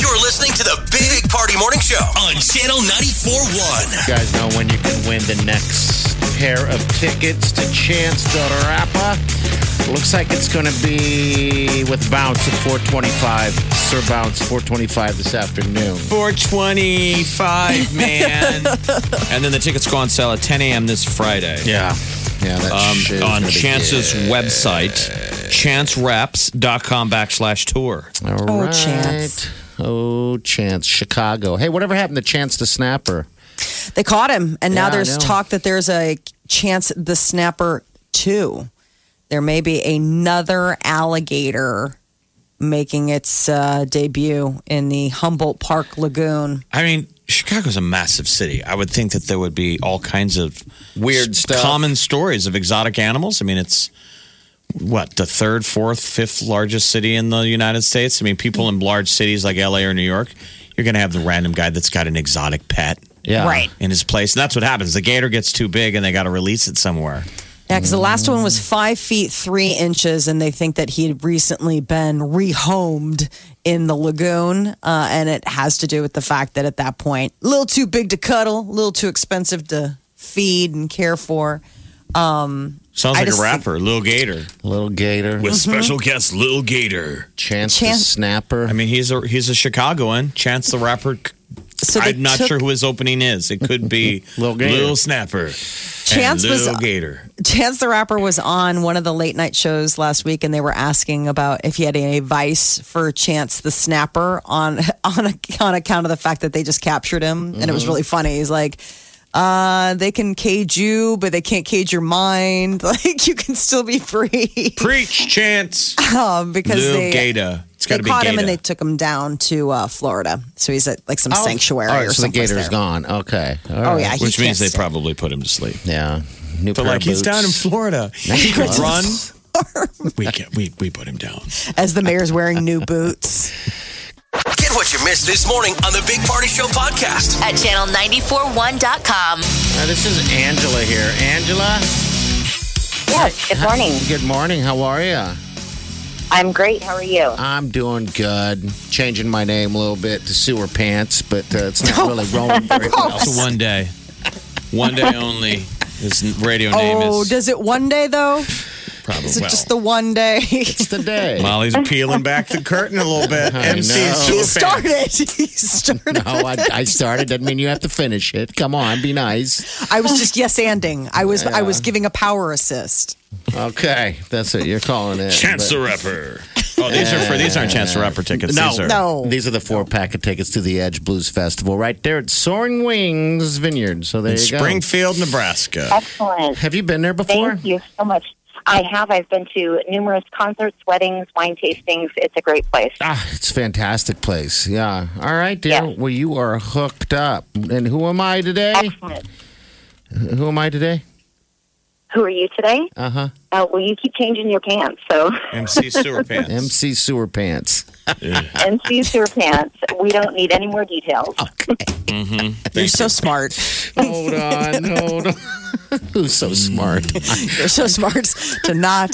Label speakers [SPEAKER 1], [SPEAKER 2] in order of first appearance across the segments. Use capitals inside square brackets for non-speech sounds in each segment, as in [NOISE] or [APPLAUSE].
[SPEAKER 1] You're listening to the Big Party Morning Show on Channel 94.1.
[SPEAKER 2] You guys know when you can win the next pair of tickets to Chance the Rapper. Looks like it's going to be with Bounce at 425. Sir Bounce, 425 this afternoon.
[SPEAKER 3] 425, man. and then the tickets go on sale at 10 a.m. this Friday.
[SPEAKER 2] Yeah. Yeah, that
[SPEAKER 3] Um,
[SPEAKER 2] shit is
[SPEAKER 3] on
[SPEAKER 2] gonna be
[SPEAKER 3] Chance's
[SPEAKER 2] good.
[SPEAKER 3] website, chancereps.com backslash tour.
[SPEAKER 2] All
[SPEAKER 4] Oh,
[SPEAKER 2] right.
[SPEAKER 4] Chance.
[SPEAKER 2] Oh, Chance. Chicago. Hey, whatever happened to Chance the Snapper?
[SPEAKER 4] They caught him, and now
[SPEAKER 2] Yeah, I
[SPEAKER 4] there's
[SPEAKER 2] know.
[SPEAKER 4] talk that there's a chance the snapper too. There may be another alligator making its uh, debut in the Humboldt Park Lagoon.
[SPEAKER 3] I mean, Chicago's a massive city. I would think that there would be all kinds of
[SPEAKER 2] Weird
[SPEAKER 3] s-
[SPEAKER 2] stuff.
[SPEAKER 3] common stories of exotic animals. I mean, it's what the third, fourth, fifth largest city in the United States. I mean, people in large cities like LA or New York, you're going to have the random guy that's got an exotic pet
[SPEAKER 2] Yeah.
[SPEAKER 4] Right.
[SPEAKER 3] in his place, and that's what happens. The gator gets too big, and they got to release it somewhere.
[SPEAKER 4] Yeah, because the last one was five feet three inches, and they think that he had recently been rehomed in the lagoon, uh, and it has to do with the fact that at that point, a little too big to cuddle, a little too expensive to feed and care for.
[SPEAKER 3] Sounds
[SPEAKER 4] I
[SPEAKER 3] like a
[SPEAKER 4] just Mm-hmm. think-
[SPEAKER 3] rapper, Lil Gator,
[SPEAKER 2] Little gator.
[SPEAKER 3] with special guest Lil Gator.
[SPEAKER 2] Chance, the
[SPEAKER 4] Chance-
[SPEAKER 2] Snapper.
[SPEAKER 3] I mean, he's a he's a Chicagoan. Chance the rapper.
[SPEAKER 4] [LAUGHS] So they
[SPEAKER 3] I'm not
[SPEAKER 4] took-
[SPEAKER 3] sure who his opening is. It could
[SPEAKER 4] [LAUGHS]
[SPEAKER 3] be
[SPEAKER 2] Lil Gator.
[SPEAKER 3] Lil Snapper,
[SPEAKER 4] Chance
[SPEAKER 3] and Lil
[SPEAKER 4] was- uh,
[SPEAKER 3] Gator.
[SPEAKER 4] Chance the Rapper was on one of the late night shows last week, and they were asking about if he had any advice for Chance the Snapper on [LAUGHS] on on account of the fact that they just captured him, and it
[SPEAKER 3] Mm-hmm.
[SPEAKER 4] was really funny. He's like. Uh, they can cage you, but they can't cage your mind. [LAUGHS] Like you can still be free
[SPEAKER 3] Preach,
[SPEAKER 4] [LAUGHS]
[SPEAKER 3] Chance.
[SPEAKER 4] um, because
[SPEAKER 3] Lil
[SPEAKER 4] they
[SPEAKER 3] Gator. It's
[SPEAKER 4] they
[SPEAKER 3] got to be
[SPEAKER 4] caught
[SPEAKER 3] Gator. Oh.
[SPEAKER 4] him and they took him down to uh, Florida. So he's at like some sanctuary
[SPEAKER 2] All right,
[SPEAKER 4] or
[SPEAKER 2] Oh, so the
[SPEAKER 4] something.
[SPEAKER 2] gator's gone. Okay. All right.
[SPEAKER 4] Oh yeah, he
[SPEAKER 3] which means they
[SPEAKER 4] can't
[SPEAKER 3] probably put him to sleep.
[SPEAKER 2] Yeah. New
[SPEAKER 3] They're
[SPEAKER 2] pair
[SPEAKER 3] like
[SPEAKER 2] of
[SPEAKER 3] he's down in
[SPEAKER 2] boots.
[SPEAKER 3] Florida. He could
[SPEAKER 2] Nice.
[SPEAKER 3] run.
[SPEAKER 4] [LAUGHS]
[SPEAKER 3] we can we we put him down. [LAUGHS]
[SPEAKER 4] stand. as the mayor's wearing new boots.
[SPEAKER 1] Get what you missed this morning on the Big Party Show podcast.
[SPEAKER 5] at channel941.com.
[SPEAKER 2] Now, this is Angela here. Angela,
[SPEAKER 6] Yes, good morning.
[SPEAKER 2] good morning. How are you?
[SPEAKER 6] I'm great. How are you?
[SPEAKER 2] I'm doing good. Changing my name a little bit to Sewer Pants, but uh, it's not really rolling very well.
[SPEAKER 3] So one day, one day only. His radio name
[SPEAKER 4] Oh,
[SPEAKER 3] is
[SPEAKER 4] does it one day though?
[SPEAKER 3] probably
[SPEAKER 4] Is it just the one day?
[SPEAKER 2] [LAUGHS] It's the day.
[SPEAKER 3] Molly's peeling back the curtain a little
[SPEAKER 2] [LAUGHS]
[SPEAKER 3] bit.
[SPEAKER 2] I
[SPEAKER 3] MC
[SPEAKER 2] know.
[SPEAKER 3] Sewer
[SPEAKER 4] he
[SPEAKER 3] Pants.
[SPEAKER 4] started. [LAUGHS] He started.
[SPEAKER 2] No, Oh, I, I started. Doesn't mean you have to finish it. Come on, be nice.
[SPEAKER 4] [LAUGHS] I was just yes anding. I was I was giving a power assist.
[SPEAKER 2] Okay, that's it. You're calling it.
[SPEAKER 3] Chance the
[SPEAKER 2] But-
[SPEAKER 3] Rapper. Oh, these are for these aren't Chance the Rapper tickets.
[SPEAKER 2] No,
[SPEAKER 3] these are,
[SPEAKER 4] No.
[SPEAKER 2] These are the four pack of tickets to the Edge Blues Festival right there at Soaring Wings Vineyard. So there
[SPEAKER 3] in
[SPEAKER 2] you go.
[SPEAKER 3] Springfield, Nebraska.
[SPEAKER 6] Excellent.
[SPEAKER 2] Have you been there before?
[SPEAKER 6] Thank you so much. I have. I've been to numerous concerts, weddings, wine tastings. It's a great place.
[SPEAKER 2] Ah, it's a fantastic place. Yeah. All right, dear.
[SPEAKER 6] Yes.
[SPEAKER 2] Well, you are hooked up. And who am I today?
[SPEAKER 6] Excellent.
[SPEAKER 2] Who am I today?
[SPEAKER 6] Who are you today?
[SPEAKER 2] Uh huh.
[SPEAKER 6] Uh, well, you keep changing your pants. So,
[SPEAKER 2] [LAUGHS]
[SPEAKER 3] MC Sewer Pants.
[SPEAKER 2] MC Sewer Pants.
[SPEAKER 6] NC Sewer Pants, we don't need any more details.
[SPEAKER 4] You're so smart.
[SPEAKER 2] Hold on, hold on. [LAUGHS] Mm. Who's so smart?
[SPEAKER 4] You're so smart to not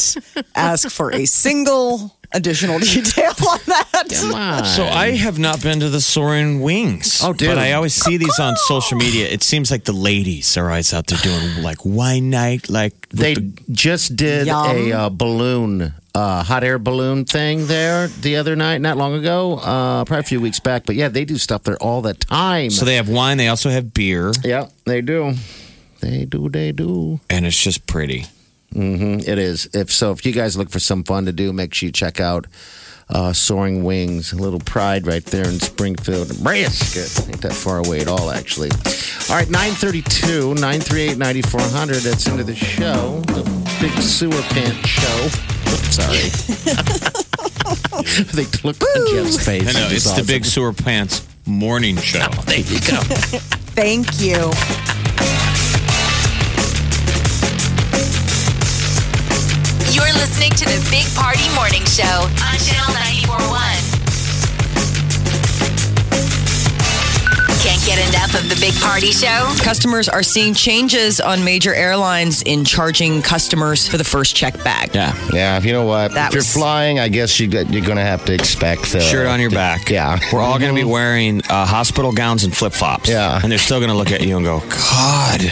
[SPEAKER 4] ask for a single additional [LAUGHS] detail on that.
[SPEAKER 2] Come on.
[SPEAKER 3] So I have not been to the Soaring Wings.
[SPEAKER 2] Oh, dude.
[SPEAKER 3] But I always see these on social media. It seems like the ladies are always out there doing like wine night, like with
[SPEAKER 2] they
[SPEAKER 3] the-
[SPEAKER 2] just did a uh, balloon, uh, hot air balloon thing there the other night, not long ago, uh, probably a few weeks back. But yeah, they do stuff there all the time.
[SPEAKER 3] so they have wine. They also have beer,
[SPEAKER 2] yeah, they do. They do. They do.
[SPEAKER 3] and it's just pretty.
[SPEAKER 2] It is. If so, if you guys look for some fun to do, make sure you check out uh, Soaring Wings, a little pride right there in Springfield, Nebraska. Ain't that far away at all, actually. All right, 932, 938, 9400. That's into the show. The Big Sewer Pant Show. Oops, [LAUGHS] sorry. they looked on Jeff's face.
[SPEAKER 3] I know
[SPEAKER 2] It was
[SPEAKER 3] it's the
[SPEAKER 2] awesome.
[SPEAKER 3] big sewer pants morning show.
[SPEAKER 2] There you go.
[SPEAKER 4] Thank you.
[SPEAKER 5] You're listening to the Big Party Morning Show on Channel 941. Can't get enough of the Big Party Show?
[SPEAKER 4] Customers are seeing changes on major airlines in charging customers for the first check bag.
[SPEAKER 3] Yeah.
[SPEAKER 2] yeah, if you know what,
[SPEAKER 4] That
[SPEAKER 2] if you're [LAUGHS]
[SPEAKER 4] was-
[SPEAKER 2] flying, I guess you got, you're going to have to expect uh, the
[SPEAKER 3] [LAUGHS] Shirt on your back.
[SPEAKER 2] Yeah,
[SPEAKER 3] We're all going to be wearing uh, hospital gowns and flip flops.
[SPEAKER 2] Yeah.
[SPEAKER 3] And they're still going to look at you and go, God.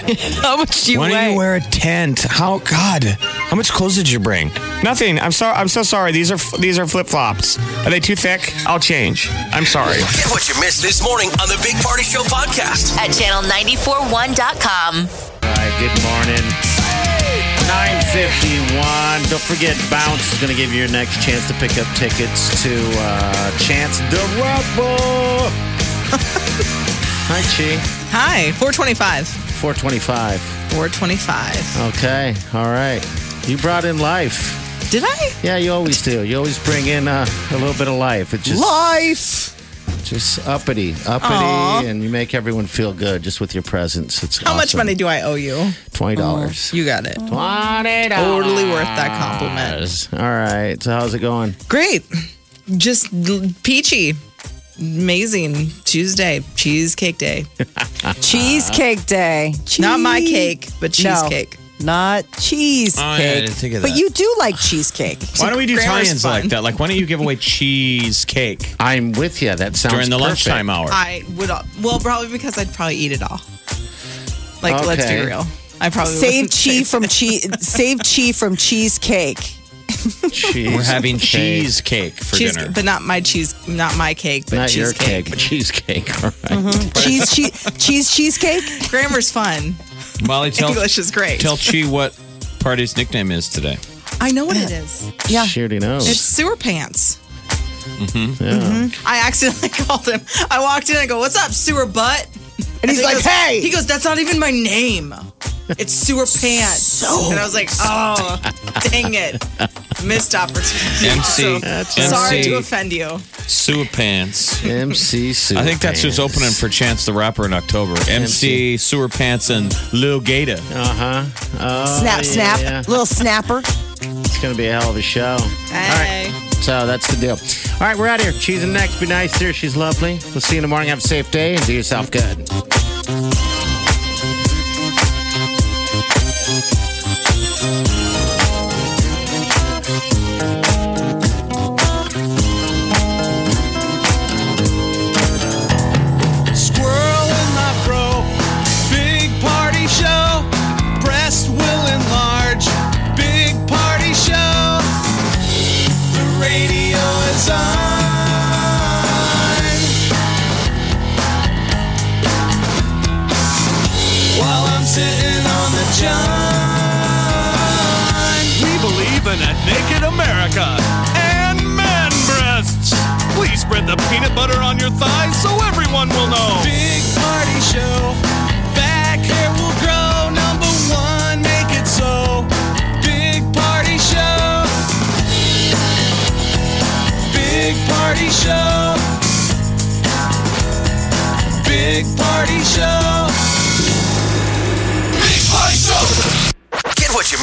[SPEAKER 4] How much do you
[SPEAKER 3] Why
[SPEAKER 4] weigh?
[SPEAKER 3] don't you wear a tent? How God? How much clothes did you bring? Nothing. I'm sorry. I'm so sorry. These are these are flip flops. Are they too thick? I'll change. I'm sorry.
[SPEAKER 1] Get what you missed this morning on the Big Party Show podcast.
[SPEAKER 5] At channel941.com.
[SPEAKER 2] All right, good morning. 951. Don't forget, Bounce is going to give you your next chance to pick up tickets to uh, Chance the Rapper. [LAUGHS] Hi, Chi.
[SPEAKER 7] Hi, 425.
[SPEAKER 2] 425.
[SPEAKER 7] 425.
[SPEAKER 2] Okay, all right. You brought in life.
[SPEAKER 7] Did I?
[SPEAKER 2] Yeah, you always do. You always bring in uh, a little bit of life. It's just
[SPEAKER 7] Life.
[SPEAKER 2] just uppity, uppity,
[SPEAKER 7] Aw.
[SPEAKER 2] and you make everyone feel good just with your presence. It's
[SPEAKER 7] How much
[SPEAKER 2] awesome.
[SPEAKER 7] money do I owe you?
[SPEAKER 2] Twenty dollars.
[SPEAKER 7] You got it.
[SPEAKER 2] Twenty dollars.
[SPEAKER 7] Totally worth that compliment.
[SPEAKER 2] All right. So how's it going?
[SPEAKER 7] Great. Just l- peachy. Amazing. Tuesday, cheesecake day.
[SPEAKER 4] Cheesecake day.
[SPEAKER 7] Not my
[SPEAKER 4] Chee-
[SPEAKER 7] cake, but cheesecake.
[SPEAKER 4] No, not cheesecake.
[SPEAKER 3] Oh, yeah, I didn't think of
[SPEAKER 4] But
[SPEAKER 3] that.
[SPEAKER 4] you do like cheesecake.
[SPEAKER 3] Why don't we do
[SPEAKER 7] Grammar's
[SPEAKER 3] tie-ins
[SPEAKER 7] fun.
[SPEAKER 3] like that? Like, why don't you give away cheesecake
[SPEAKER 2] I'm with you. That sounds
[SPEAKER 3] during the
[SPEAKER 2] perfect.
[SPEAKER 3] lunchtime hour?
[SPEAKER 7] I would, al- well, probably because I'd probably eat it all. Like, let's be
[SPEAKER 2] Okay.
[SPEAKER 7] real. I probably
[SPEAKER 4] Save
[SPEAKER 7] wouldn't
[SPEAKER 4] chi
[SPEAKER 7] [LAUGHS] say
[SPEAKER 4] from cheese.
[SPEAKER 7] [LAUGHS]
[SPEAKER 4] Save chi from cheesecake.
[SPEAKER 2] Cheese
[SPEAKER 3] We're having
[SPEAKER 2] cake.
[SPEAKER 3] cheesecake for
[SPEAKER 7] cheese,
[SPEAKER 3] dinner.
[SPEAKER 7] but not my cheese, not my cake, but
[SPEAKER 2] Not your
[SPEAKER 7] cheesecake.
[SPEAKER 2] cake, but cheesecake. All right.
[SPEAKER 4] Cheese, cheese, cheese, cheesecake.
[SPEAKER 7] Grammar's fun.
[SPEAKER 3] Molly, tell
[SPEAKER 7] English is great.
[SPEAKER 3] tell Chi what party's nickname is today.
[SPEAKER 7] I know what it is.
[SPEAKER 4] Yeah.
[SPEAKER 2] She already knows.
[SPEAKER 7] It's sewer pants. Mm-hmm.
[SPEAKER 2] yeah.
[SPEAKER 7] I accidentally [LAUGHS] called him. I walked in and I go, "What's up, sewer butt?"
[SPEAKER 4] And he's
[SPEAKER 7] He
[SPEAKER 4] like,
[SPEAKER 7] goes-
[SPEAKER 4] hey.
[SPEAKER 7] He goes, "That's not even my name.
[SPEAKER 4] [LAUGHS]
[SPEAKER 7] It's sewer pants." and I was like, "Oh, dang it,
[SPEAKER 3] [LAUGHS]
[SPEAKER 7] missed opportunity."
[SPEAKER 3] MC, MC
[SPEAKER 7] sorry to offend you.
[SPEAKER 3] Sewer Pants.
[SPEAKER 2] MC Soup.
[SPEAKER 3] I think that's who's
[SPEAKER 2] Pants.
[SPEAKER 3] opening for Chance the Rapper in October. MC, Sewer Pants and Lil Gator.
[SPEAKER 2] Uh huh. Oh,
[SPEAKER 4] snap,
[SPEAKER 2] yeah,
[SPEAKER 4] snap,
[SPEAKER 2] yeah.
[SPEAKER 4] little snapper.
[SPEAKER 2] It's gonna be a hell of a show.
[SPEAKER 7] Hey.
[SPEAKER 2] So that's the deal. All right, we're out of here. Cheese and next. Be nice to her. She's lovely. We'll see you in the morning. Have a safe day and do yourself good.
[SPEAKER 8] Squirrel in my fro. Big party show. Breast will enlarge. Big party show. The radio is on. While I'm sitting on the john. We believe in a naked America and man breasts. Please spread the peanut butter on your thighs so everyone will know. Big party show. Back hair will grow. Number one, make it so. Big party show. Big party show. Big party show. Big party show.
[SPEAKER 1] Get what you